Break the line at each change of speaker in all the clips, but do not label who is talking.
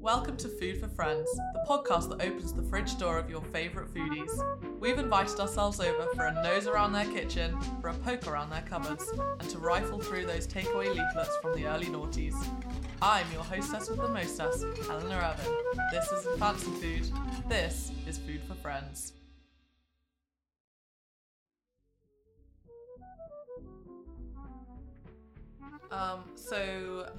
Welcome to Food for Friends, the podcast that opens the fridge door of your favourite foodies. We've invited ourselves over for a nose around their kitchen, for a poke around their cupboards, and to rifle through those takeaway leaflets from the early noughties. I'm your hostess with the mostess, Eleanor Irvin. This isn't fancy food. This is Food for Friends. Um, so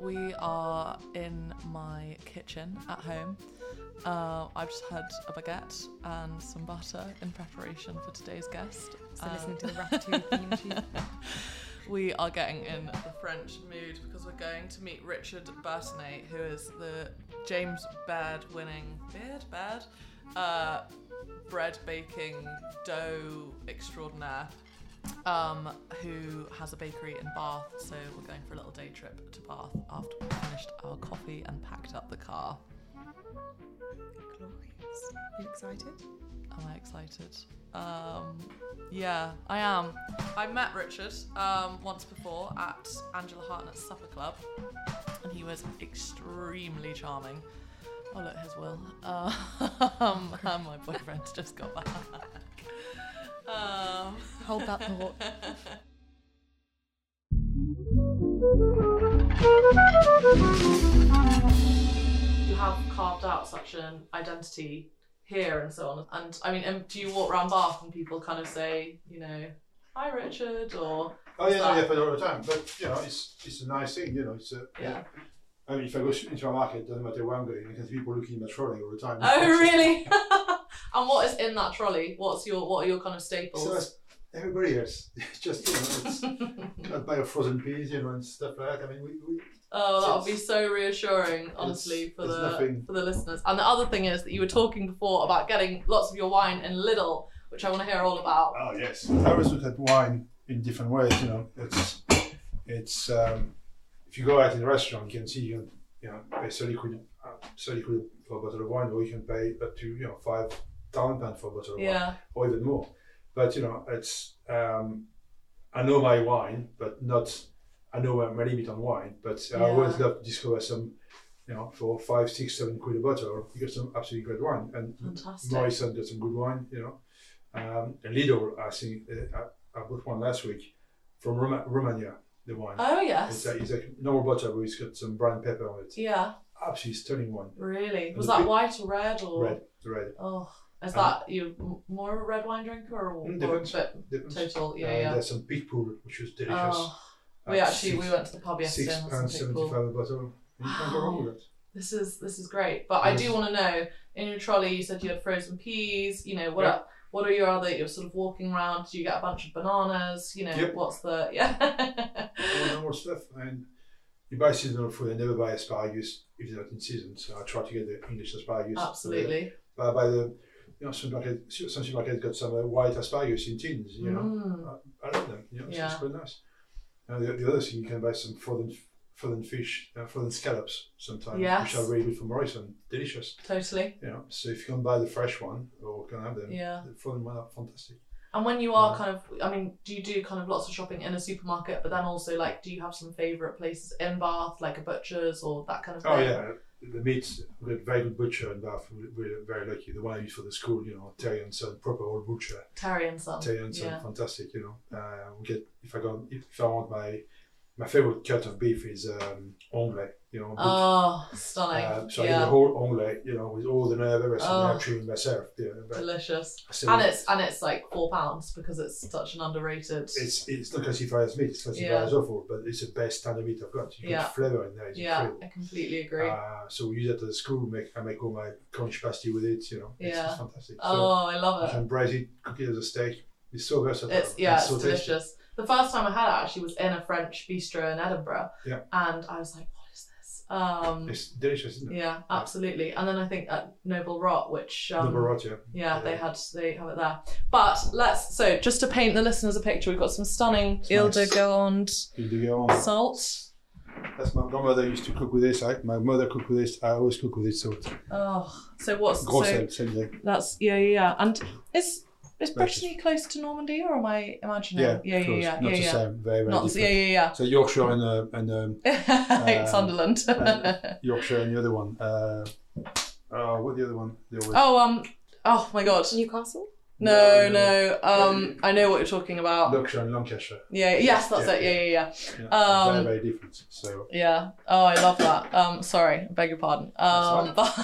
we are in my kitchen at home. Uh, I've just had a baguette and some butter in preparation for today's guest.
So
Um,
listening to the Ratatouille theme tune.
we are getting in the French mood because we're going to meet Richard Burtonay, who is the James Baird winning Beard Baird uh, bread baking dough extraordinaire, um, who has a bakery in Bath. So we're going for a little day trip to Bath after we finished our coffee and packed up the car.
Glorious. You excited?
Am I excited? Um, yeah, I am. I met Richard um, once before at Angela Hartnett's Supper Club, and he was extremely charming. Oh, look, here's Will. Uh, um, and my boyfriend's just got back. Um,
Hold that thought.
you have carved out such an identity here and so on. And I mean, and do you walk around Bath and people kind of say, you know, hi Richard, or
Oh yeah, no,
But-
yeah, for all the time. But you know, it's it's a nice thing. You know, it's a,
yeah?
I mean, if I go into a market, it doesn't matter where I'm going. I can see people looking at my trolley all the time.
Oh really? and what is in that trolley? What's your what are your kind of staples?
So that's everybody else. It's just you know, it's can I buy a frozen peas, you know, and stuff like that. I mean, we, we
Oh, that would be
It's-
so reassuring, honestly,
it's-
for
it's
the
nothing-
for the listeners. And the other thing is that you were talking before about getting lots of your wine in Lidl, which I want to hear all about.
oh yes, I always look at wine in different ways. You know, it's it's um, if you go out in a restaurant, you can see you you know pay thirty quid uh, thirty quid for a bottle of wine, or you can pay up to you know five thousand pounds for a bottle of wine.
Yeah,
or even more. But you know, it's um, I know my wine, but not I know where my limit on wine. But I always
Yeah.
love to discover some, you know, for five, six, seven quid a bottle, you get some absolutely great wine. And
fantastic.
Morrison does some good wine, you know. Um, and Lidl, I think uh, I, I bought one last week from Roma- Romania. The wine.
Oh
It's
yes,
a, it's a normal bottle, but it's got some brown pepper on it.
yeah,
Absolutely stunning wine.
really.
And
Was
the
that
big-
white or red or?
Red, red.
Oh, is
And-
that you m- more of a red wine drinker or, or
Mm,
a
depends.
bit
Different.
total? Yeah,
Uh,
yeah.
There's some pig pool, which was delicious.
Oh, we
Uh,
actually
six-
we went to the pub yesterday.
six
and had
pounds
something
seventy
cool.
five a bottle. You can't go wrong with it.
This is this is great, but I do
Yes.
want to know. In your trolley, you said you had frozen peas. You know what?
Yeah.
Are, what are your other? You're sort of walking around. Do you get a bunch of bananas? You know
Yep.
what's the yeah?
All normal stuff. And you buy seasonal food. I never buy asparagus if it's not in season. So I try to get the English asparagus.
Absolutely.
But I buy the you know some market some supermarkets got some uh, white asparagus in tins. You know,
Mm.
I love them. You know, so
Yeah.
it's quite nice. And the, the other thing you can buy some frozen frozen fish, uh, frozen scallops sometimes,
Yes.
which are really good for Morrison. Delicious.
Totally.
You know, so if you can buy the fresh one or can have them,
Yeah.
the frozen one are fantastic.
And when you are
Yeah.
kind of, I mean, do you do kind of lots of shopping in a supermarket, but then also like, do you have some favourite places in Bath, like a butcher's or that kind of thing?
Oh yeah, the meats. We had very good butcher in Bath. We We're very lucky. The one I used for the school, you know, Terry and Son, proper old butcher.
Terry and Son.
Terry and Son,
yeah.
fantastic. You know, uh, we get if I go if, if I want my my favorite cut of beef is um, onglet. You know, butcher.
Oh, stunning.
Uh, so I get the
yeah.
whole onglet, you know, with all the nerve, everything.
Oh.
I'm chewing myself. Yeah, but
Delicious.
so
And it's and it's like four pounds because it's such an underrated.
it's it's not classified as meat. It's classified
Yeah.
as offal, but it's the best kind of meat I've got. You
Yeah.
get flavor in there. It's
yeah,
incredible.
I completely agree.
Uh, so we use that at the school. Make I make all my crunch pasty with it. You know, it's,
Yeah.
it's fantastic. So
oh, I
you
love it.
can braise it, cook it as a steak. It's so versatile.
It's yeah, it's
so tasty.
delicious. The first time I had it actually was in a French bistro in Edinburgh,
Yeah.
and I was like, what is this? Um,
It's delicious, isn't it?
Yeah, absolutely. And then I think at Noble Rot, which um,
the burrata.
yeah, they had they have it there. But let's so just to paint the listeners a picture, we've got some stunning Ile de
nice.
Gironde
You do your own.
salt.
That's my grandmother used to cook with this. I, my mother cooked with this. I always cook with this salt.
Oh, so what's
Gros
so
sel, sel, sel.
that's yeah yeah yeah. And is Is Brittany close to Normandy, or am I imagining?
Yeah,
yeah,
of course.
yeah, yeah,
Not
yeah,
the
yeah.
same. Very, very
Not
different.
yeah, yeah,
So Yorkshire and uh, and um,
yeah.
Um,
Sunderland.
uh, Yorkshire and the other one. Uh, oh, what the other one? The other
oh um, oh my God.
Newcastle?
No, no. Um, I know what you're talking about.
Yorkshire and Lancashire.
Yeah. Yes, that's
Yeah,
it. Yeah, yeah, yeah,
Yeah,
Um,
very, very different. So
yeah. Oh, I love that. Um, sorry, I beg your pardon. Um, but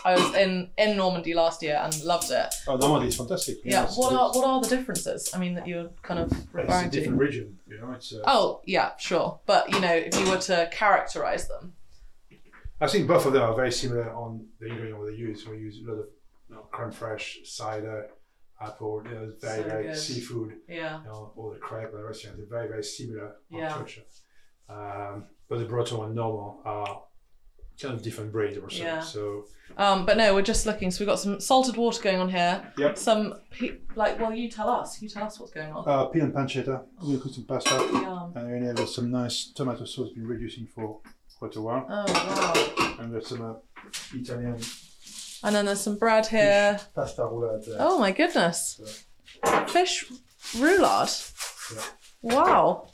I was in in Normandy last year and loved it.
oh, Normandy is fantastic. you know,
Yeah.
it's-
What
it's-
are what are the differences? I mean, that you're kind of
It's
referring
a
to.
different region. You know, it's. Uh,
Oh, yeah, sure. But, you know, if you were to characterize them.
I think both of them are very similar on the ingredient they use. We use a lot of you know, creme fraiche, cider, apple. You know, it's very,
So
very
good.
seafood.
Yeah.
you know, all the crab and the restaurants are very, very similar on
Yeah.
structure. Um, but the Breton and Normal are kind of different breed or so.
Yeah.
So
Um, but no, we're just looking. So we've got some salted water going on here.
Yep.
Some, pe- like, well, you tell us. You tell us what's going on.
uh, pea and pancetta, we cook some pasta,
Yum.
and then there's some nice tomato sauce been reducing for quite a while,
Oh, wow.
and there's some uh, Italian
And then there's some bread here.
pasta roulade. Uh,
Oh, my goodness. Fish roulade.
Yeah.
Wow.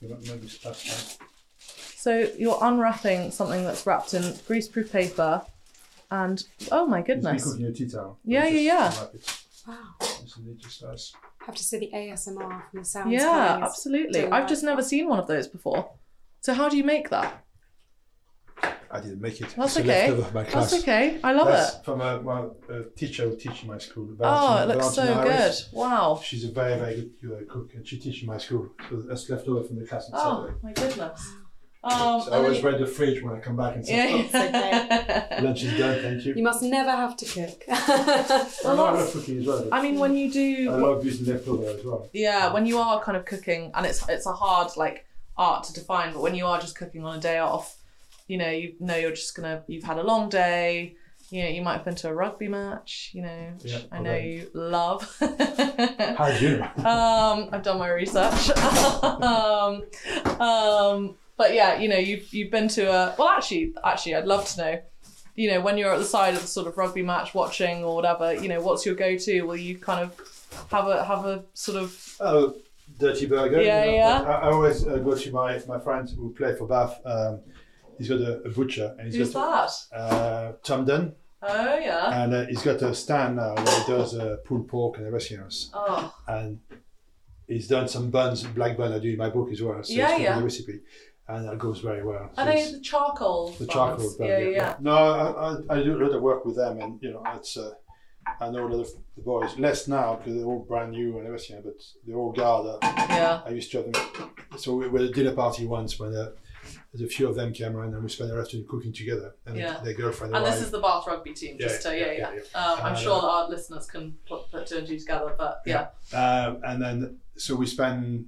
You don't know this pasta.
So you're unwrapping something that's wrapped in greaseproof paper. And, oh, my
It's been
goodness.
cooking in a tea towel.
Yeah,
It's
yeah,
just- it's-
Wow.
it's really just nice.
I have to say the ASMR from the sounds.
Yeah,
coming is
absolutely. I've just
delightful.
never seen one of those before. So how do you make that?
I didn't make it.
That's
It's a
okay.
leftover of my
That's
class.
okay. I love
That's
it.
from a, my, a teacher who teaches my school.
Oh, it
Valentina-
looks so
Valentina
good.
Harris.
Wow.
She's a very, very good uh, cook, and she teaches my school. So that's left over from the class on
Oh
Saturday.
my goodness. Um,
so I always read the fridge when I come back and say, "Oh,
yeah. yeah.
lunch is done, thank you.
You must never have to cook.
I
Well,
love- I
that's-
love cooking as well.
I mean, when you
I
do,
love using leftover as well.
yeah, when you are kind of cooking, and it's it's a hard like art to define, but when you are just cooking on a day off, you know, you know you're just gonna you've had a long day. You know, you might have been to a rugby match. You know, which
Yeah,
I know
okay.
you love.
How do you?
um, I've done my research. um, um, but yeah, you know, you've you've been to a well, actually, actually, I'd love to know. You know, when you're at the side of the sort of rugby match watching or whatever, you know, what's your go-to? Will you kind of have a have a sort of
Oh, dirty burger.
Yeah,
you know,
yeah.
but I, I always uh, go to my, my friend who play for Bath. Um, he's got a, a butcher, and he's
who's
got
that?
uh, Tom Dunn,
Oh yeah.
and uh, he's got a stand now where he does uh, pulled pork and everything else.
Oh
and he's done some buns, black bun I do in my book as well. So
Yeah,
it's
yeah.
the recipe, and that goes very well. So
are they
it's
the charcoal?
the
buns?
charcoal bun.
Yeah, yeah. yeah.
No, I, I, I do a lot of work with them, and you know, it's uh, I know a lot of the boys less now because they're all brand new and everything, but the old guard. uh,
Yeah.
I used to have them. So we were at a dinner party once when uh, there's a few of them came around and we spent the afternoon cooking together, and
Yeah.
their girlfriend
And this
arrived.
is the Bath rugby team,
Yeah,
just to, yeah, yeah.
yeah, yeah,
Um, I'm
Uh,
sure that our listeners can put, put two and two together, but yeah.
Um, and then, so we spend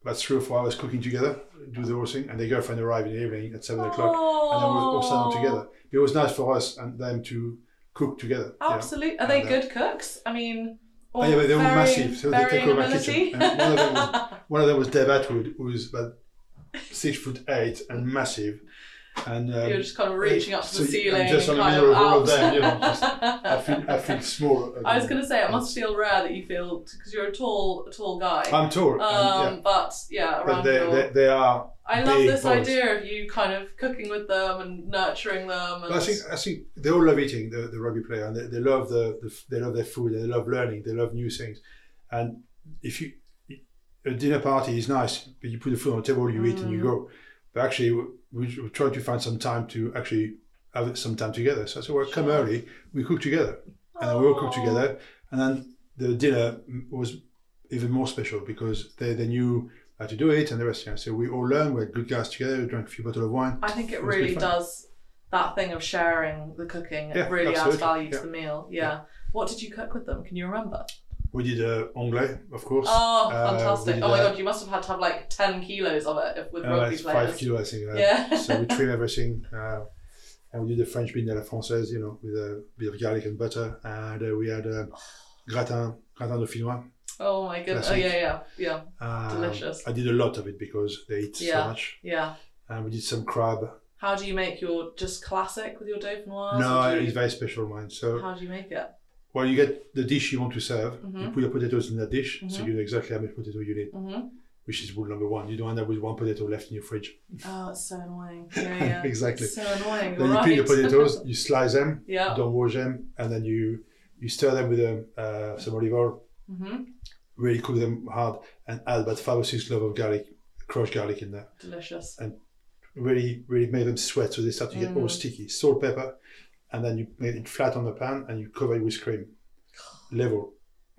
about three or four hours cooking together, do the whole thing, and their girlfriend arrived in the evening at seven o'clock, and then we all sat down
Aww.
together. It was nice for us and them to cook together. you know.
Absolutely. Are they
And, uh,
good cooks? I mean, all
Oh, yeah, but they're all
varying-
massive, so they take
varying
over my
ability.
kitchen. And one of them was- One of them was Dave Atwood, who was about six foot eight and massive, and um,
You're just kind of reaching up to
so
the
you-
ceiling.
I'm just
and
on the
kind
middle of all
out.
of them. You know, just, I feel I feel small.
I was going to say it must feel rare that you feel because you're a tall, a tall guy.
I'm tall. and,
um,
yeah.
but yeah,
But
around
they,
your.
they, they are.
I love
big
this
boys.
idea of you kind of cooking with them and nurturing them. And
I think I think they all love eating the, the rugby player, and they, they love the, the they love their food, they love learning, they love new things, and if you a dinner party is nice, but you put the food on the table, you eat, and
Mm.
you go. But actually, we, we try to find some time to actually have some time together. So I said, well, come early, we cook together, and then we all cook
Aw.
together, and then the dinner was even more special because they, they knew how to do it and the rest. Yeah. So we all learned, we had good guys together, we drank a few bottles of wine.
I think it
was good
really
fun.
does that thing of sharing the cooking. It
Yeah,
really adds
absolutely,
value to
yeah.
the meal. Yeah. What did you cook with them? Can you remember?
We did uh, anglais, of course.
Oh,
Uh,
fantastic!
we did
oh my
a-
god, you must have had to have like ten kilos of it if, with
Uh,
rugby
it's
players.
five kilo, I think. uh,
Yeah.
so we trim everything, uh, and we do the French bean à la française, you know, with a bit of garlic and butter, and uh, we had uh, gratin, gratin dauphinois.
Oh my goodness! Oh
Classic.
yeah, yeah, yeah,
Um,
Delicious.
I did a lot of it because they eat
Yeah.
so much,
yeah.
and we did some crab.
How do you make your just classic with your dauphinoise?
no,
Or do you-
it's very special mine. So
Oh, how do you make it?
Well, you get the dish you want to serve. You
Mhm.
put your potatoes in that dish, so
Mhm.
you know exactly how much potato you need,
Mm-hmm.
which is rule number one. You don't end up with one potato left in your fridge.
Oh, it's so annoying. Yeah, yeah.
Exactly.
So annoying.
Then you
right.
peel your potatoes, you slice them,
yeah.
don't wash them, and then you you stir them with um, uh, some olive oil,
Mm-hmm.
really cook them hard, and add about five or six cloves of garlic, crushed garlic in there.
Delicious.
Really, really make them sweat, so they start to get all
Mm.
sticky. Salt, pepper, and then you make it flat on the pan and you cover it with cream, level.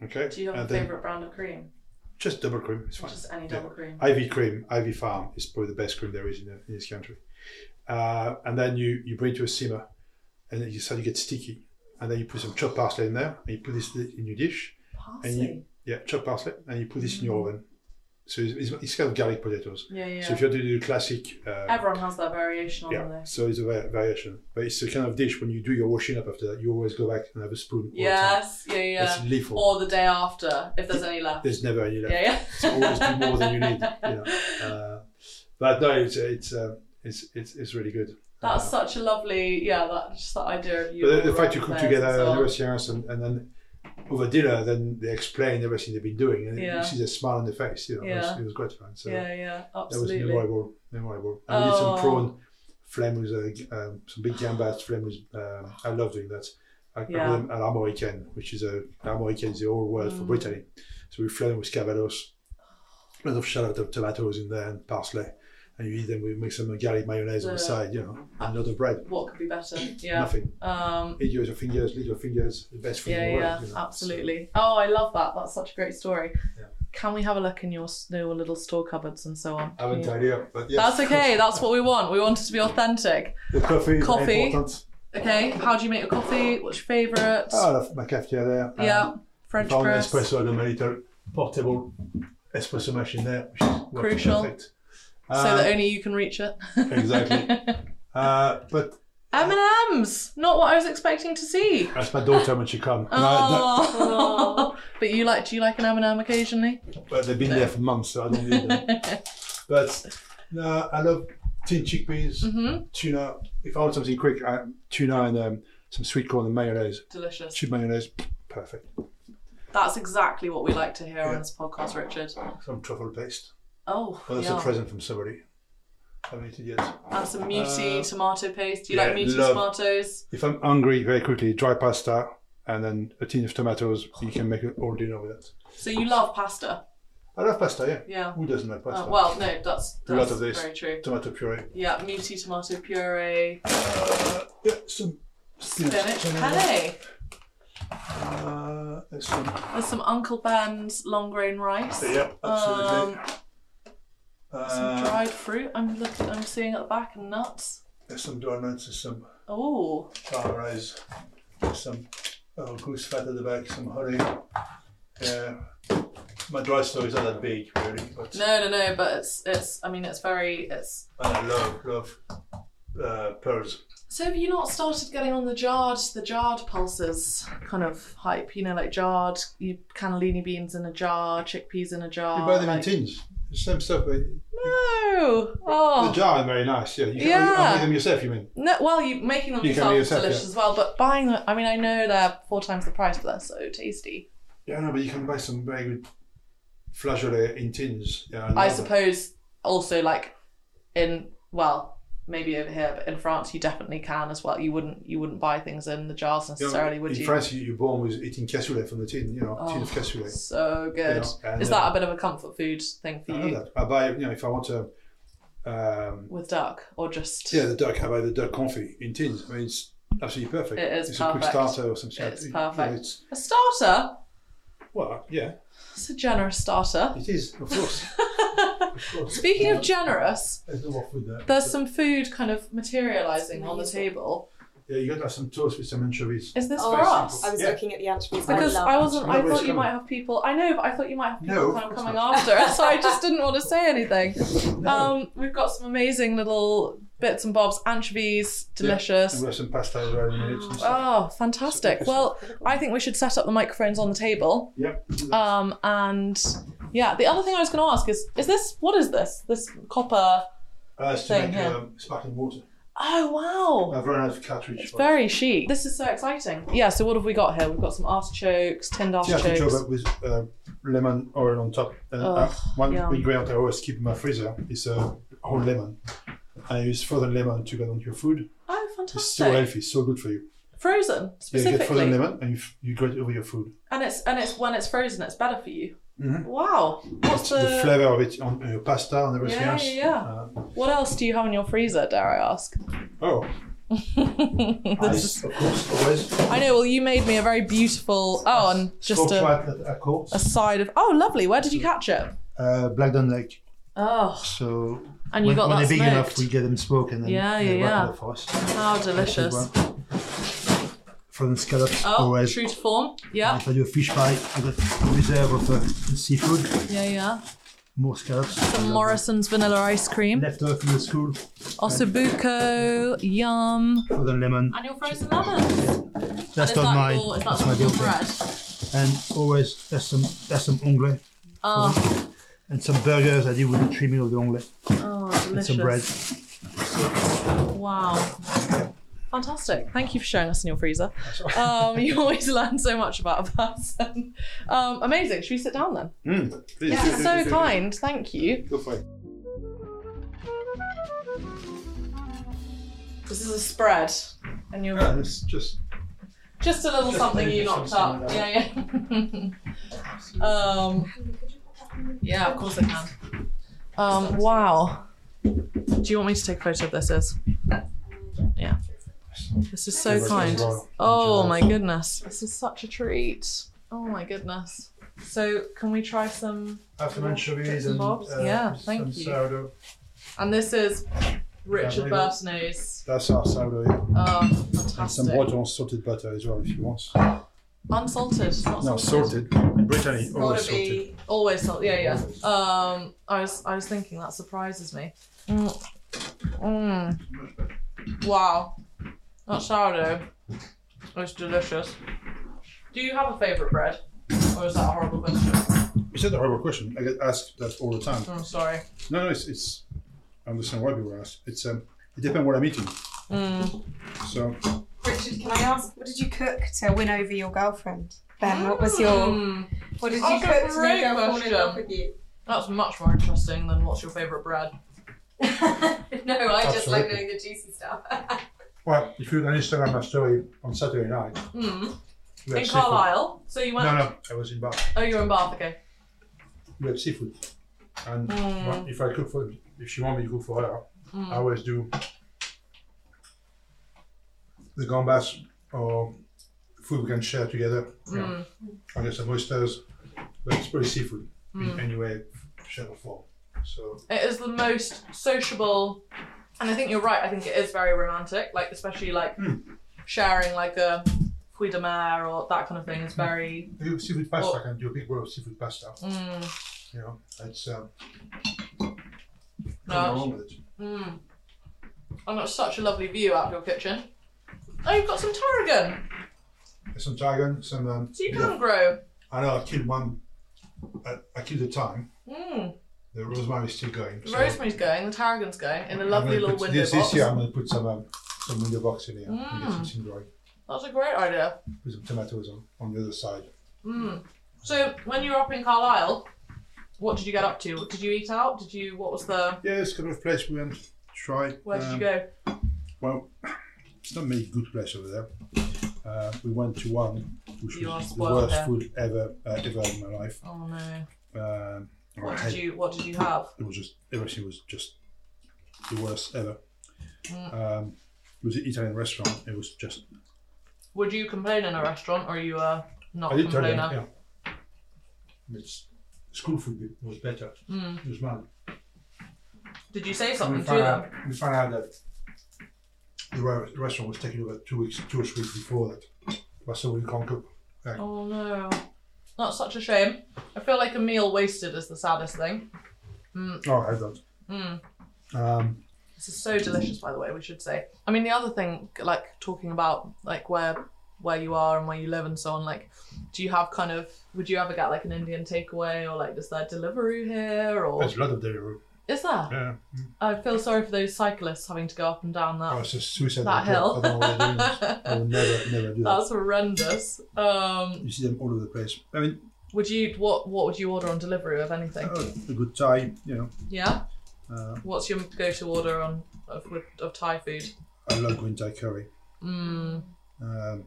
Okay.
Do you have
and
a
then
favorite brand of cream?
Just double cream. It's fine.
Just any
Yeah.
double cream.
Ivy cream, Ivy Farm is probably the best cream there is in, the, in this country. Uh, and then you, you bring it to a simmer and then you start to get sticky. And then you put some chopped parsley in there and you put this in your dish.
Parsley.
Yeah, chopped parsley. And you put this in your oven. So it's, it's, it's kind of garlic potatoes.
yeah, Mm-hmm. yeah.
So if you want to do the classic, uh,
Everyone has their variation on
yeah,
this.
so it's a va- variation. But it's the kind of dish when you do your washing up after that, you always go back and have a spoon. all the time.
Yes, yeah,
It's
yeah.
lethal.
Or the day after, if there's any left.
There's never any left.
Yeah, yeah.
It's always do more than you need. You know. Uh, but no, it's it's, uh, it's it's it's really good.
That's
Uh,
such a lovely, yeah, that just that idea of you.
but the,
all
the fact you cook
around the place
together
and so on.
everything else and, and then over dinner, then they explain everything they've been doing, and
Yeah.
you see the smile on the face. You know, it, was,
Yeah.
it was great fun. So
yeah, yeah,
that was
absolutely.
memorable, memorable. And we did some
Oh.
prawn flame with uh, um, some big gambas flame with. Um, I love doing that. I, I
Yeah.
call them an Armorican, which is a Armorican is the old word for
Mm.
Brittany. So we flame with scabados, a lot of shallot of tomatoes in there and parsley, and you eat them. We make some garlic mayonnaise on the
Yeah.
side, you know, and a lot of bread.
What could be better? Yeah.
Nothing.
Um,
Eat your fingers, leave your fingers. The best thing
yeah,
in the
yeah,
world. you know.
absolutely. Oh, I love that. That's such a great story.
Yeah.
Can we have a look in your, s- your little store cupboards and so on?
I haven't
Yeah.
tied it up, but yes,
That's
of
okay.
course.
That's what we want. We want it to be authentic.
The coffee. is
Coffee.
Important.
Okay. How do you make your coffee? What's your favourite?
Oh, I love my cafetiere there. Um, and
yeah. French
found
press.
an espresso and a little portable espresso machine there, which is working
Crucial.
Perfect.
so
Uh,
that only you can reach it.
Exactly. uh, but
M and M's. Not what I was expecting to see.
that's my daughter when she come. And I- that-
Oh. but you like? Do you like an M and M occasionally?
but they've been there for months, so I don't need them. but no, I love tin chickpeas,
hmm
tuna. If I want something quick, I, tuna and um, some sweet corn and mayonnaise.
Delicious.
Cheap mayonnaise, perfect.
That's exactly what we like to hear
Yeah.
on this podcast, Richard.
Some truffle paste.
Oh,
Oh, that's
yeah.
a present from somebody. haven't eaten yet.
And some muti
Uh,
tomato paste. Do you
yeah,
like muti
love-
tomatoes?
If I'm hungry, very quickly, dry pasta and then a tin of tomatoes. You can make an all dinner with that.
So you love pasta?
I love pasta, yeah.
Yeah.
Who doesn't like pasta?
Uh, well, no, that's
A lot
that's
of this.
very true.
Tomato puree.
Yeah, muti tomato puree,
Uh, yeah, some
spinach
some,
penne.
Uh, some,
There's some Uncle Ben's long grain rice.
yeah, absolutely.
Um, some
uh,
dried fruit. I'm looking. I'm seeing at the back and nuts.
there's some dry nuts, there's some
Oh,
farm rice, there's some oh, goose fat at the back, some honey. Yeah. My dry store is not that big, really, but
no, no, no. But it's it's. I mean, it's very. It's.
and I love, love uh, pearls.
So have you not started getting on the jarred, the jarred pulses kind of hype? You know, like jarred, you cannellini beans in a jar, chickpeas in a jar.
You buy them in
like-
tins. The same stuff. But
No. Oh.
The jar is very nice. Yeah. You can, yeah.
Yeah.
You, make them yourself. You mean?
No, well, you making them
You
yourself
can be
is
yourself,
delicious
yeah.
as well, but buying them, I mean, I know they're four times the price, but they're so tasty.
Yeah, no, but you can buy some very good flageolet in tins. Yeah,
I
love them.
suppose also, like, in, well, maybe over here, but in France, you definitely can as well. You wouldn't, you wouldn't buy things in the jars
You know,
necessarily, would
in
you?
France, you, you're born with eating cassoulet from the tin. You know, tin of
Oh,
cassoulet.
So
you
good.
know, and,
Is that a bit of a comfort food thing for
I
you?
know that. I buy. You know, if I want to. Um,
With duck or just
yeah, the duck. I buy the duck confit in tins. I mean, it's absolutely perfect.
It is
it's a
perfect.
quick starter or something. like
It's
that. You
perfect.
Know, it's,
a starter?
well, yeah,
It's a generous starter.
it is. Of course. of course.
Speaking of generous,
There's no more food there.
there's some food kind of materializing on the table.
Yeah, you got to have some toast with some anchovies.
Is this
Oh,
for us?
I was
Yeah.
looking at the anchovies.
Because
I love
I wasn't. I
Nobody's
thought you
coming.
might have people. I know, but I thought you might have people
No,
kind
of
of
course
coming after us. So I just didn't want to say anything.
No.
Um, we've got some amazing little bits and bobs, anchovies,
And
delicious.
we have some pasta as well in minutes and stuff.
Oh, fantastic! Well, I think we should set up the microphones on the table.
Yep.
Um, and yeah, the other thing I was going to ask is, is this what is this? This copper?
Uh, it's to
thing,
make
yeah.
um, sparkling water.
Oh wow.
I've run out of cartridge.
It's
for-
very chic. This is so exciting. Yeah, so what have we got here? We've got some artichokes, tinned
Yeah, I
artichokes.
but with uh, lemon oil on top. And uh,
Ugh,
one
yum.
ingredient I always keep in my freezer is a uh, whole lemon. I use frozen lemon to get on your food.
Oh,
It's so
fantastic.
healthy, so good for you.
Frozen,
Yeah, you get frozen
specifically.
lemon and you, f- you grate over your food.
And it's and it's when it's frozen, it's better for you.
Mhm.
Wow. What's
The,
the,
flavor of it on your pasta and everything
Yeah,
else.
yeah, yeah.
Uh,
what else do you have in your freezer, dare I ask?
oh,
this
ice,
is,
of course, always.
I know, well you made me a very beautiful oh and just a,
of course.
a side of oh lovely, where did you catch it?
Uh, Black Dun Lake.
Oh
So
and you
when,
got
when
that
they're big
smoked.
enough, we get them smoked and then
Yeah,
they
yeah,
wrap
yeah.
it up for us.
How delicious.
Good Frozen scallops
Oh,
always.
true to form. Yeah,
If I do a fish pie, I got a reserve of uh, seafood,
yeah, yeah.
more scallops.
Some Morrison's vanilla ice cream.
Left over from the school,
Ossobuco, yum.
frozen lemon.
And your frozen lemons.
That's
is
not
that
mine.
your, is that
That's my
your
daughter.
bread?
And always there's some there's some onglet
Oh,
and some burgers. I do with the trimming of the onglet
oh,
and
delicious.
some bread.
Wow. Fantastic. Thank you for showing us in your freezer. Um, you always learn so much about a person. Um, amazing. Should we sit down then?
Mm, please,
This is so kind. Thank you.
Go for it.
This is a spread. And you're
Yeah, it's just
just a little
Just
something
maybe
you knocked up.
something like
Yeah, yeah. um, yeah, of course I can. Um, wow. Do you want me to take a photo of this? Is yeah. This is so
Give us
kind.
as well.
Oh my goodness, this is such a treat. Oh my goodness. So can we try some?
have some anchovies
Bits and
and
bobs.
uh,
Yeah,
some
thank you.
sourdough.
And this is Richard
maybe.
Burton's.
That's our sourdough. Yeah.
Oh,
And some
fantastic.
water on salted butter as well, if you want.
Unsalted. Not
No, salted. In Brittany,
Gotta
always salted.
be always salt. Yeah, yeah. Um, I was I was thinking that surprises me. Mm. Mm. Wow, that sourdough is delicious. Do you have a favorite bread, or is that a horrible question?
Is that a horrible question? I get asked that all the time.
I'm sorry.
No, no, it's, it's I understand why people ask. It's um, it depends what I'm eating.
Mm.
So
Richard, can I ask, what did you cook to win over your girlfriend? Ben, what was your.
Mm.
What did you
That's a
cook to
great
make her fall in love
question.
with you?
That's much more interesting than what's your favorite bread.
no, I just like
Absolutely.
knowing the juicy stuff.
well, if you understand my story on Saturday night,
Mm.
we had
In Carlisle. So you went.
Seafood. No, no, I was in Bath.
Oh, you're in Bath. Okay.
We had seafood, and
Mm.
well, if I cook for if she want me to cook for her,
Hmm.
I always do the gambas or food we can share together. you know.
Mm.
I guess some oysters, but it's pretty seafood
Mm.
in any way, shape or form. So
It is the most sociable, and I think you're right. I think it is very romantic, like especially like
Mm.
sharing like a fruit de mer or that kind of thing is very.
do seafood pasta.
Well-
I can do a big bowl of seafood pasta.
Mm,
You know, it's um,
No.
nothing wrong with it.
mm. And it's such a lovely view out of your kitchen. Oh, you've got some tarragon,
There's some dragon, some. Um,
so you
bit
can
of-
grow.
I know I killed one. I, I killed the time.
Mm.
The rosemary is still going.
The
so
rosemary's going, the tarragon's going in a
I'm
lovely
gonna
little
put,
window
this,
box.
This year I'm going to put some um, some window box in here. And get
Mm.
some tin growing.
That's a great idea.
Put some tomatoes on, on the other side.
Mm. So when you were up in Carlisle, what did you get up to? Did you eat out? Did you? What was the?
Yeah, it's a couple of places we went to try.
Where did
um,
you go?
Well, it's not many good places over there. Uh, we went to one which
You are
was the
spoiled
worst
there.
food ever uh, ever in my life.
Oh no.
Um, I
What did
had-
you What did you have?
it was just everything was just the worst ever.
Mm.
Um, it was an Italian restaurant. It was just
Would you complain in a restaurant, or are you a not
I did tell them,
complainer?
yeah. It's school food was better.
Mm.
It was mine.
Did you say
And
something to
found
them?
out, we found out that the re- restaurant was taken over two weeks, two or three weeks before that. But so we can't cook.
Oh no, that's such a shame. I feel like a meal wasted is the saddest thing.
Oh, I don't.
Mm.
Um,
This is so delicious, by the way. We should say. I mean, the other thing, like talking about like where where you are and where you live and so on. Like, do you have kind of? Would you ever get like an Indian takeaway or like is there delivery here or?
there's a lot of dairy.
Is that?
Yeah.
I feel sorry for those cyclists having to go up and down
Oh,
that.
it's a suicide.
That hill.
I don't know what they're doing. I would never, never do that.
That's horrendous. Um,
You see them all over the place. I mean,
would you what What would you order on delivery of anything?
oh, a good Thai, you know.
Yeah.
Uh,
What's your go-to order on of, with- of Thai food?
I love green Thai curry.
Mm.
Um,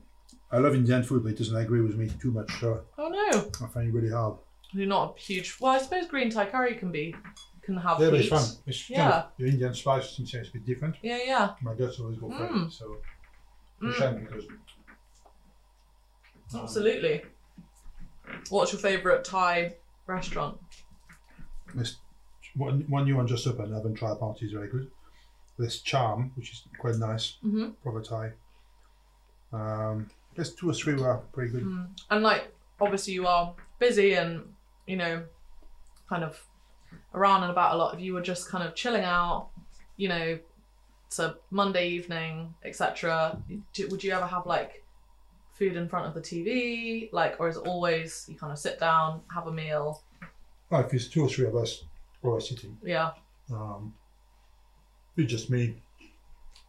I love Indian food, but it doesn't agree with me too much. So
Oh no,
I find it really hard.
you're not a huge. Well, I suppose green Thai curry can be can have
Yeah, but it's
heat.
fun. It's kind
Yeah.
of- the Indian spice sometimes a bit different.
Yeah, yeah.
My guts always go for
Mm.
it. So
Mm.
shame because um,
Absolutely. What's your favourite Thai restaurant?
This one, one new one just opened. I haven't tried party is very good. This charm, which is quite nice,
Mhm.
proper Thai. Um, there's two or three were pretty good.
And like, obviously, you are busy and you know, kind of around and about a lot. If you were just kind of chilling out, you know, it's a Monday evening, etc. do- Would you ever have like food in front of the TV, like, or is it always you kind of sit down, have a meal?
Like if it's two or three of us, we're sitting.
Yeah,
Um, it's just me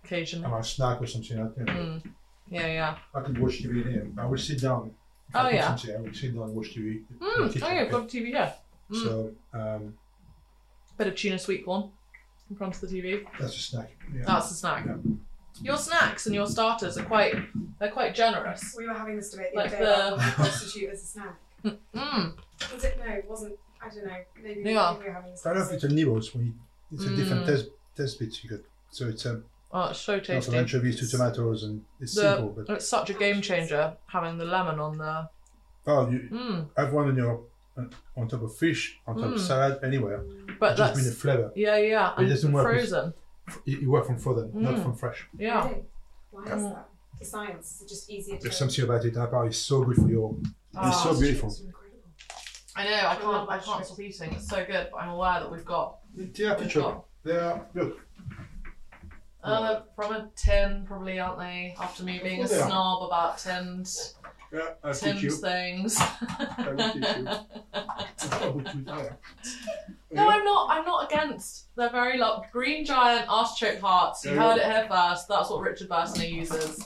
occasionally.
and my snack or something. I, think.
Mm. Yeah, yeah.
I could watch TV in here. I will sit down. if I
Mm. Oh,
cook
yeah.
something, I will sit down and watch TV. in the
Mm.
kitchen,
Oh yeah,
okay?
got TV. Yeah, Mm.
So um,
bit of tuna sweet corn in front of the TV.
that's a snack. Yeah.
That's the snack.
Yeah.
Your snacks and your starters are quite they're quite generous.
We were having this debate
Like
the other day
the-
about what constitute as a snack.
Mm.
Was it? No, it wasn't. I don't know. Maybe
Yeah.
we were having this
I don't know if it's a Nero's. When you, it's a different
Mm.
test test bits you got. So it's um,
Oh, it's so
lots of
tasty.
anchovies to tomatoes and it's
The-
simple. But
It's such a game changer having the lemon on the.
oh, you
Mm.
have one on your uh, on top of fish, on top
Mm.
of salad, anywhere.
But
Just mean the
that's
flavor.
yeah, yeah,
It
and
doesn't work with-
frozen.
You, you work from frozen, not
Mm.
from fresh.
Yeah,
Really? Why is
Yeah.
that? The science is just easier to. Oh,
There's something about it. Apple is so good for your. It's
Ah,
so beautiful.
It's incredible.
I know. I can't. I can't stop eating. It's so good. But I'm aware that we've got.
They are
We've
picture.
got
They are look.
uh, from a tin, probably, aren't they? After me being a
Yeah.
snob about tins,
Yeah, I teach
tins
you.
things.
I will teach you. I will teach you. Oh, Yeah.
No, I'm not. I'm not against. They're very lo- green giant artichoke hearts. You
Yeah.
heard it here first. That's what Richard Burstner uses.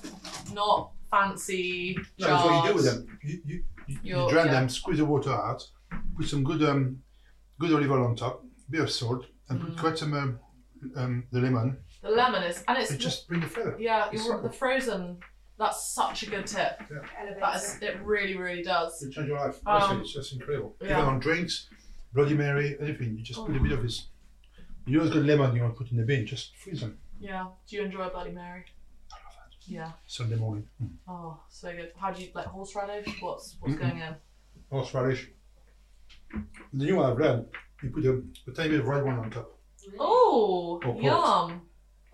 Not fancy.
No, that's what you do with
jars.
them. You, you, you, you
Your-
drain
yeah.
them, squeeze the water out, put some good um, good olive oil on top, bit of salt, and
Mm.
put quite some um, um, the lemon.
The lemon is, and it's
It just bring the flavour.
yeah.
it's
You're, the frozen. That's such a good tip.
Elevator.
That is. It really, really does.
It change your life.
Um,
Honestly, it's just incredible.
yeah. Oh.
Even on drinks, Bloody Mary, anything. You just put a bit of this. You always got lemon you want to put in the bin. Just freeze them
Yeah. Do you enjoy a Bloody Mary? Yeah.
Sunday morning.
Oh, so good. How do you like horseradish? What's what's
Mm-mm.
going in?
Horseradish. Oh, The new one I've learned, you put a, a tiny bit of red one on top.
Oh,
Or pork.
yum.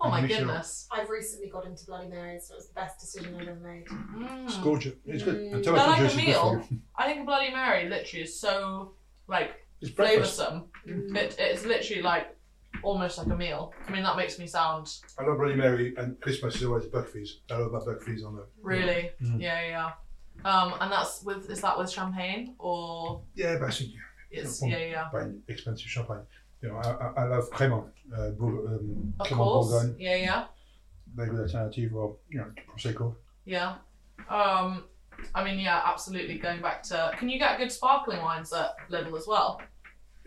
Oh
And
my
mix it up.
goodness.
I've recently got into Bloody Marys. So it was the best decision I've ever made.
Mm.
It's gorgeous. It's good.
Mm.
And
They're
tomato
like
juice
a
is good for
meal.
you.
I think a Bloody Mary literally is so like
It's breakfast.
flavoursome. It, it's literally like almost like a meal. I mean, that makes me sound
I love Bloody Mary and Christmas is always buck fizz. I love my buck fizz on the
really,
Mm.
yeah, yeah. yeah. Um, and that's with is that with champagne or
yeah, but I think you
it's
Champagne.
yeah, yeah.
find expensive champagne. You know, I, I, I love Cremant, uh, Bourg- um,
Of
Cremant
course,
Bourgogne,
yeah, yeah,
very good alternative, or you know, prosecco.
yeah. Um, I mean, yeah, absolutely. Going back to, can you get good sparkling wines at Lidl as well?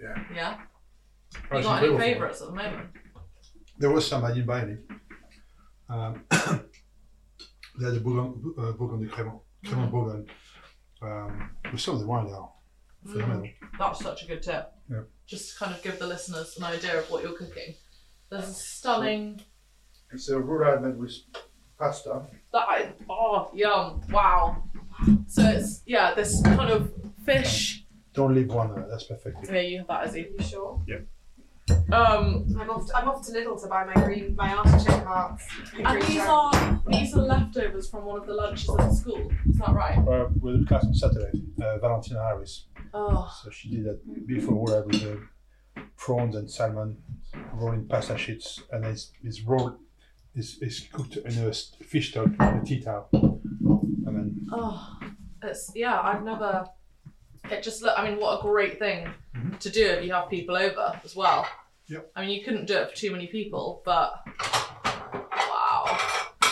Yeah.
Yeah. You
Actually,
got
they
any
were-
favourites at the moment?
There was some I didn't buy any. Um, they had the Bourgogne, uh, Bourgogne Cremant, Cremant Bourgogne. Um, we saw the wine now. Phenomenal.
Mm, That's such a good tip.
Yeah.
Just to kind of give the listeners an idea of what you're cooking. There's a stunning
It's a rural element with pasta.
That is, oh, yum. Wow. So it's, yeah, this kind of fish.
Don't leave one. Uh, that's perfect.
Yeah, you have that,
Are
Izzy.
you sure?
Um,
I'm off. To, I'm off to Lidl to buy my green, my artichoke hearts. my
and
green
these
giant.
are these are leftovers from one of the lunches at school. Is that right?
Uh, with the class on Saturday, uh, Valentina Harris.
Oh,
So she did that beautiful roll with the prawns and salmon rolled in pasta sheets, and it's it's rolled, it's, it's cooked in a s- fish stock, a tea towel, and then
oh, it's yeah. I've never. It just look. I mean, what a great thing to do if you have people over as well.
Yep.
I mean, you couldn't do it for too many people, but wow,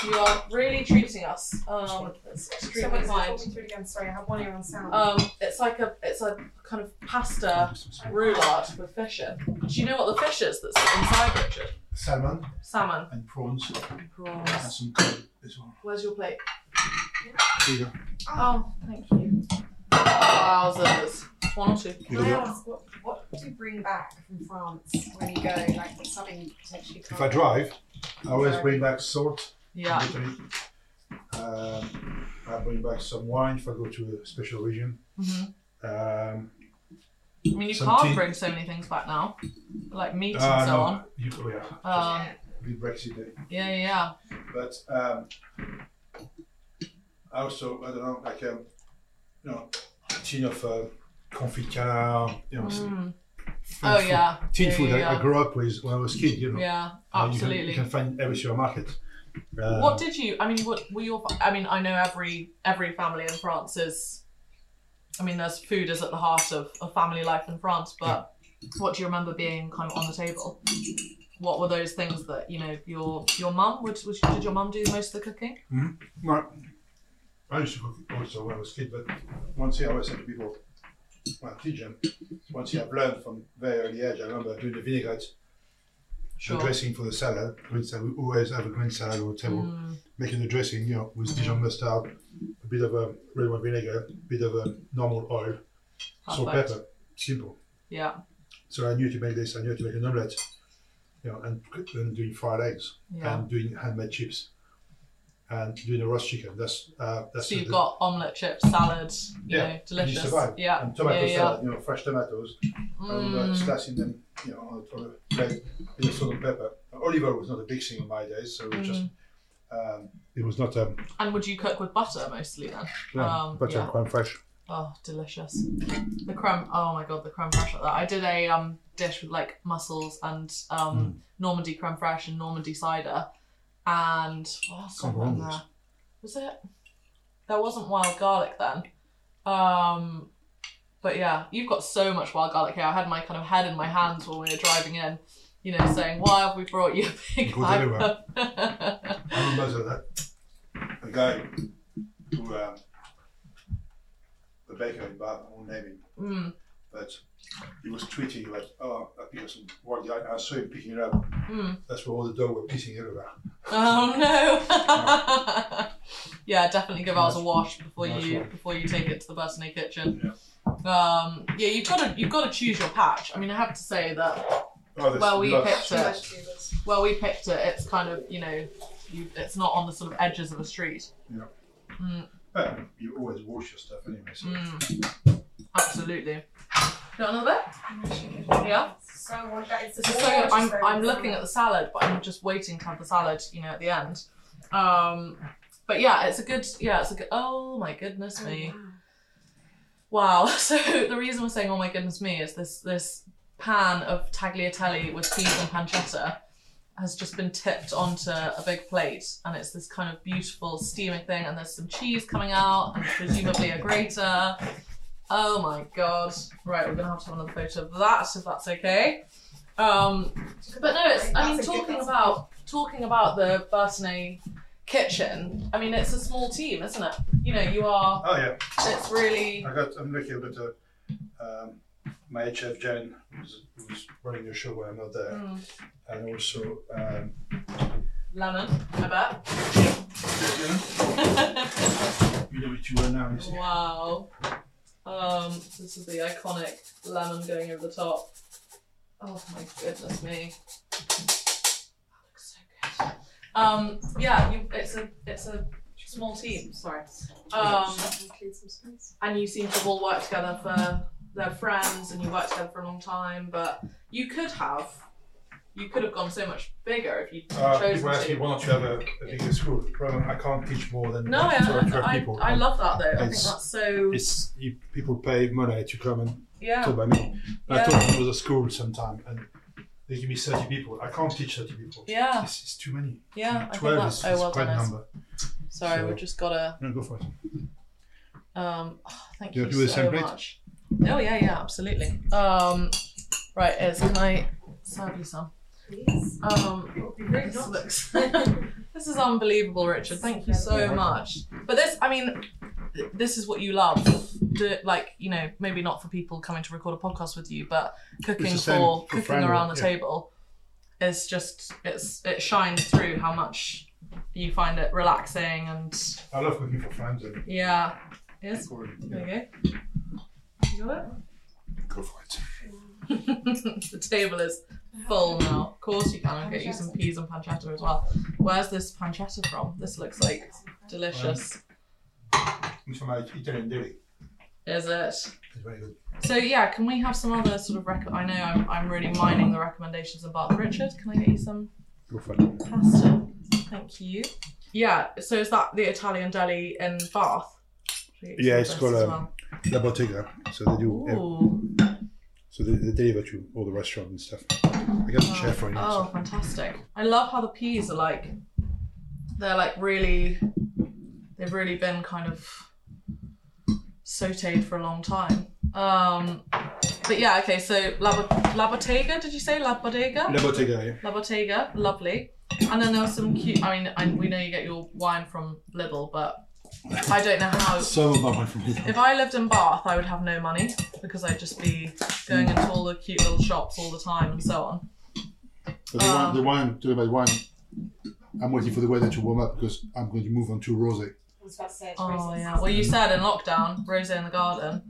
you are really treating us. Um, it's extremely
Someone's
kind.
talking through it again. Sorry, I have one ear on sound.
Um, it's like a it's a kind of
Uh,
pasta roulade with fish in. Do you know what the fish is that's inside, Richard?
Salmon
Salmon.
and prawns and
Prawns.
some curry as well.
Where's your plate?
Here you go.
Oh, thank you. Wowzers. One or two.
Can
You
I
got
ask what, what do you bring back from France when you go? Like what's something you potentially
If
can't
I drive, I always bring back salt.
Yeah.
literally. Um, I bring back some wine if I go to a special region.
hmm
Um,
I mean, you
Some
can't
tea.
bring so many things back now, like meat and
ah,
so
no,
on.
You, oh, yeah,
Um,
big Brexit day.
yeah, yeah, yeah.
But um, I also, I don't know, like um, you know, a tin of uh, confit canard, you know, s-
Mm.
food-
Oh yeah.
tin
yeah,
food
yeah,
I, I
yeah.
grew up with when I was a kid, you know.
Yeah,
And you can- You
absolutely.
can, find every supermarket. Uh,
what did you? I mean, what were your? I mean, I know every every family in France is. I mean, there's food is at the heart of, of family life in France, but what do you remember being kind of on the table? What were those things that you know your your mum? Would, would did your mum do most of the cooking?
My, I used to cook also when I was a kid, but one thing I always said to people, well, teach them, one thing I've learned from very early age, I remember doing the vinaigrette,
Sure.
the dressing for the salad, green salad, we always have a green salad on the table,
Mm,
making the dressing, you know, with Dijon mustard, a bit of um, red wine vinegar, a bit of um, normal oil, salt,
perfect.
pepper, simple.
Yeah,
So I knew to make this, I knew to make an omelette, you know, and, and doing fried eggs,
yeah.
and doing handmade chips, and doing a roast chicken. That's, uh, that's
so you've
the-
got omelette, chips, salad. You
Yeah,
know, delicious.
survive.
Yeah,
and tomato
yeah, yeah.
salad, you know, fresh tomatoes, and uh,
Mm.
slicing them, you know, on the- on the bread, with a salt and pepper. Olive oil was not a big thing in my days, so it was just,
Mm.
um, it was not, um,
And would you cook with butter mostly then?
yeah, uh,
Um,
butter
yeah.
crème fraîche.
Oh, delicious. The creme. Oh my god, the creme fraiche like that. I did a um dish with like mussels and um Normandy creme fraiche and Normandy cider, and what else was
Can't
there in
remember
there? Was it? There wasn't wild garlic then. Um, but yeah, you've got so much wild garlic here. I had my kind of head in my hands when we were driving in. You know, saying, "Why have we brought you a big
It goes
bag?"
everywhere.
of-"
I remember that a guy who, um, the baker in Bath, I won't name him,
mm,
but he was tweeting like, oh, I picked up some wild guy, I saw him picking it up,
mm.
that's where all the dough were pissing everywhere.
Oh no! yeah, definitely give ours a wash before
Nice
you
one.
before you take it to the birthday kitchen. Um, yeah, you've got to you've got to choose your patch. I mean, I have to say that
Oh, there's
Well, we
lots.
picked
Too much
it.
to do this.
Where we picked it, it's kind of you know, you, it's not on the sort of edges of a street.
Well, you always wash your stuff anyway, so.
Mm. Absolutely. Do you want another bit? Yeah.
So what that is the
So I'm I'm looking at the salad, but I'm just waiting to have the salad, you know, at the end. Um, but yeah, it's a good yeah, it's a good. Oh my goodness me. Wow. So the reason we're saying "oh my goodness me" is this this pan of tagliatelle with cheese and pancetta has just been tipped onto a big plate, and it's this kind of beautiful steaming thing, and there's some cheese coming out, and presumably a grater. Oh my god! Right, we're gonna have to have another photo of that if that's okay. Um, but no, it's. I mean,
That's a good-
talking
that's-
about talking about the Burtonay kitchen. I mean, it's a small team, isn't it? You know, you are.
Oh, yeah.
It's really.
I got, I'm lucky, but uh, um, my HF Jen, who's, who's running the show when I'm not there,
Mm.
and also, um,
Lemon, I bet.
you know it too well now, you see.
wow. Um, this is the iconic lemon going over the top. Oh my goodness me. That looks so good. Um, yeah, you, it's a it's a small team. Sorry. Um, and you seem to have all worked together for they're friends and you worked together for a long time, but you could have you could have gone so much bigger if you
Uh,
chosen
people ask me,
to.
why don't you have a, a bigger school? Problem, I can't teach more than
No,
like,
I,
12, 12
I,
people.
I, I love that though. I think
It's-
that's so
It's you, people pay money to come and
yeah.
taught by me. And
Yeah.
I taught another school sometime, and they give me 30 people. I can't teach 30 people.
Yeah,
It's, it's too many.
yeah. I think
12
that's
is,
oh
is
well
quite
done.
a
us.
number.
Sorry,
So-
we've just gotta
No, go for it.
um oh, thank
Do
you,
you do the
so
same plate?
much. Oh yeah, yeah, absolutely. Um right, is can I serve you some.
Please.
Um, this looks. this is unbelievable, Richard. Thank you so much. But this, I mean, th- this is what you love. Do, like you know, maybe not for people coming to record a podcast with you, but
It's
cooking
the same
for
for
cooking
Fran,
around the
yeah.
table is just it's it shines through how much you find it relaxing and
I love cooking for friends and
yeah. Yes.
for, yeah,
There you go. You got it.
go for it.
the table is full now. Of course you can. I'll get you some peas and pancetta as well. Where's this pancetta from? This looks like delicious.
It's from my Italian deli.
Is it?
It's very good.
So yeah, can we have some other sort of rec? I know I'm, I'm really mining the recommendations of Bart Richard. Can I get you some
Go for it.
pasta? Thank you. Yeah. So is that the Italian deli in Bath? Should I get you
Yeah,
some
it's
of this
called,
as
um, La Bottega. So they do. ev-
Ooh. oh,
so they, they deliver to all the restaurant and stuff. I got the chef right now.
Oh,
so-
fantastic! I love how the peas are like. They're like really. They've really been kind of sautéed for a long time. Um, but yeah, okay. So La, Bo- La Bottega, did you say La Bottega?
La Bottega. Yeah.
La Bottega, lovely. And then there was some cute. I mean, I, we know you get your wine from Lidl, but I don't know how.
So much wine from here.
If I lived in Bath, I would have no money because I'd just be going into all the cute little shops all the time and so on.
So the, wine,
Um,
the wine, talking about wine. I'm waiting for the weather to warm up because I'm going to move on to rosé.
Oh yeah. Well, you said in lockdown, rosé in the garden.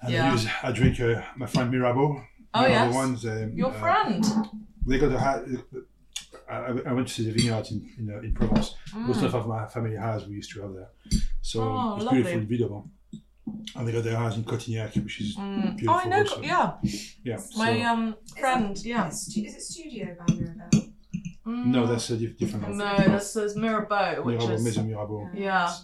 And I
Yeah.
use, I drink uh, my friend Mirabeau.
Oh,
They are
yes.
The ones, um,
Your
uh,
friend.
They got a ha- I, I- I went to see the vineyard in in, uh, in Provence. Most
Mm.
of my family house we used to have there, so
Oh,
it's
lovely.
beautiful, beautiful. And they got their house in Cotignac, which is
Mm. Oh,
beautiful.
I know.
also.
Yeah,
yeah.
my
so-
um friend. Yeah.
Is, it- is it studio by Mirabelle?
Mm.
no, that's a diff- different. house.
no. This is Mirabeau, which
Mirabeau,
is
Maison Mirabeau.
yeah.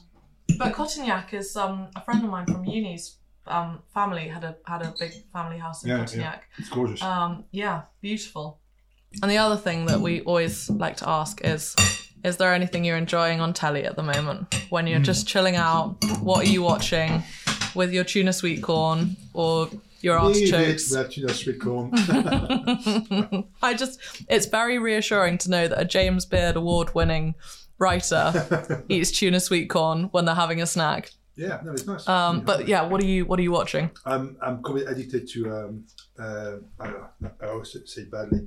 But Cotignac is um a friend of mine from uni's um family had a had a big family house in
Yeah, yeah.
Cotignac.
It's gorgeous.
Um, yeah, beautiful. And the other thing that we always like to ask is Is there anything you're enjoying on telly at the moment? When
Hmm.
you're just chilling out, what are you watching with your tuna sweet corn or your artichokes?
That you know, sweet corn.
I just, it's very reassuring to know that a James Beard award winning writer eats tuna sweet corn when they're having a snack.
yeah, no, it's nice.
Um, But yeah, what are you, what are you watching?
I'm I'm completely addicted to um uh I, don't know, I always say it badly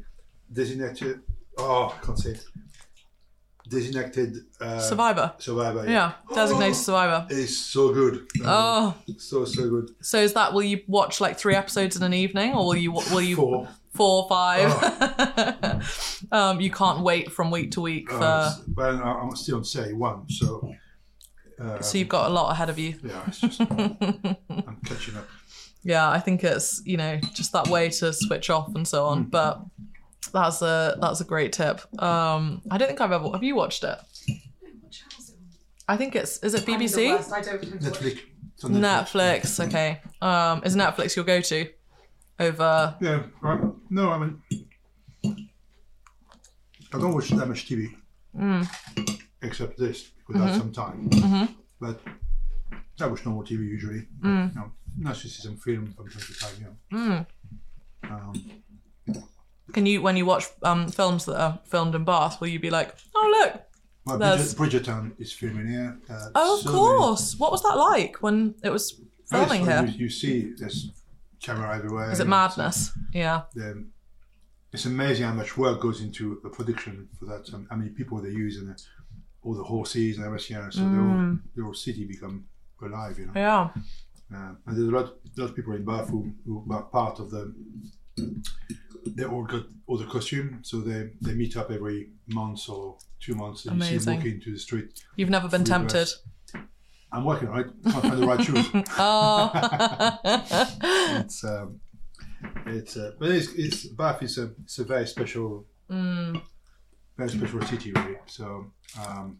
designated oh I can't say it designated uh,
Survivor.
survivor
Yeah, designated survivor.
it's so good Uh,
Oh.
so so good
So is that will you watch like three episodes in an evening, or will you will you
Four.
four five? um, you can't wait from week to week for.
Uh, s- well I- I'm still on say one so uh,
so you've got a lot ahead of you.
yeah it's just I'm catching up
Yeah, I think it's you know just that way to switch off and so on. But that's a that's a great tip. Um, I don't think I've ever have you watched it. I think it's is it BBC
I don't have to watch.
Netflix It's on
Netflix. Okay, um, is Netflix your go to over?
yeah right. no I mean I don't watch that much TV
Mm, Mm-hmm.
except this because that's some time.
Mhm.
But I watch normal TV usually. But,
Mm.
You know, nice to see some film from time to time. You
mm.
know. um,
Can you when you watch um, films that are filmed in Bath, will you be like, oh look,
well,
There's-
Bridget, Bridgerton is filming here. Uh,
Oh, of
so many-
course. What was that like when it was
Oh, it's
filming
funny,
here?
You, you see there's camera everywhere.
Is it
you know, it's,
madness? Yeah.
um, it's amazing how much work goes into the production for that. Um, how many people they use and uh, all the horses and everything. You know, so
Mm.
the, whole, the whole city become alive. You know.
Yeah.
Uh, and there's a lot, lot of people in Bath who, who are part of the. They all got all the costume, so they they meet up every month or two months, and you see
Amazing.
them walking into the street.
You've never been
Free
tempted.
dress. I'm working on it. Can't find the right shoes.
Oh.
It's um, it's uh, but it's, it's Bath is a it's a very special
Mm.
very special city really. So um,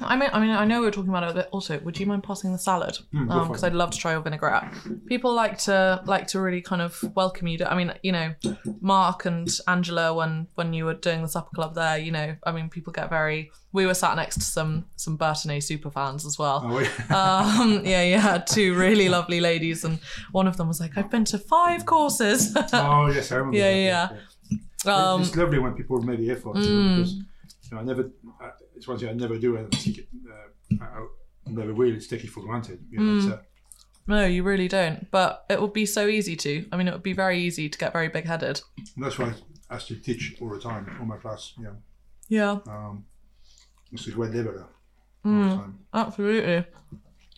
I mean, I mean, I know we were talking about it, but also, would you mind passing the salad?
Mm,
Because
go for it.
I'd love to try your vinaigrette. People like to like to really kind of welcome you. To, I mean, you know, Mark and Angela, when when you were doing the supper club there, you know, I mean, people get very. We were sat next to some some Burton super fans as well.
oh, yeah.
um, yeah, yeah, two really lovely ladies, and one of them was like, "I've been to five courses."
oh yes, I remember.
Yeah,
that,
yeah, Mm. Um,
it's lovely when people have made the effort. you know, because, you know, I never. I, it's one thing I never do, and I take it. Uh, I, I never will. It's take it for granted. You know,
Mm.
it's, uh,
No, you really don't. But it would be so easy to. I mean, it would be very easy to get very big headed.
that's why I still teach all the time, all my class. You know,
Yeah,
um, it's a great leveler. all the
mm,
time.
absolutely.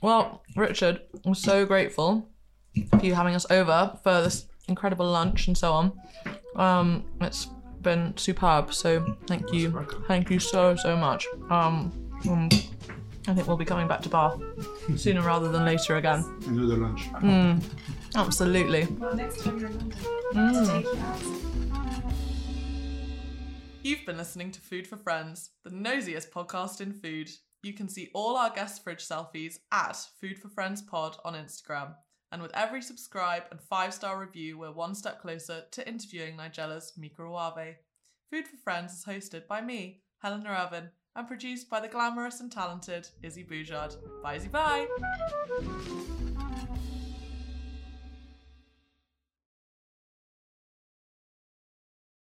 Well, Richard, I'm so grateful for you having us over for this incredible lunch and so on. Um, it's been superb. So thank you,
welcome.
thank you so so much. Um, um, I think we'll be coming back to Bath sooner rather than later again.
Another lunch.
Absolutely.
Well, next time you're in London, take you out.
You've been listening to Food for Friends, the nosiest podcast in food. You can see all our guest fridge selfies at Food for Friends Pod on Instagram. And with every subscribe and five star review, we're one step closer to interviewing Nigella's Microave. Food for Friends is hosted by me, Helena Irvin, and produced by the glamorous and talented Izzy Boujard. Bye, Izzy, bye!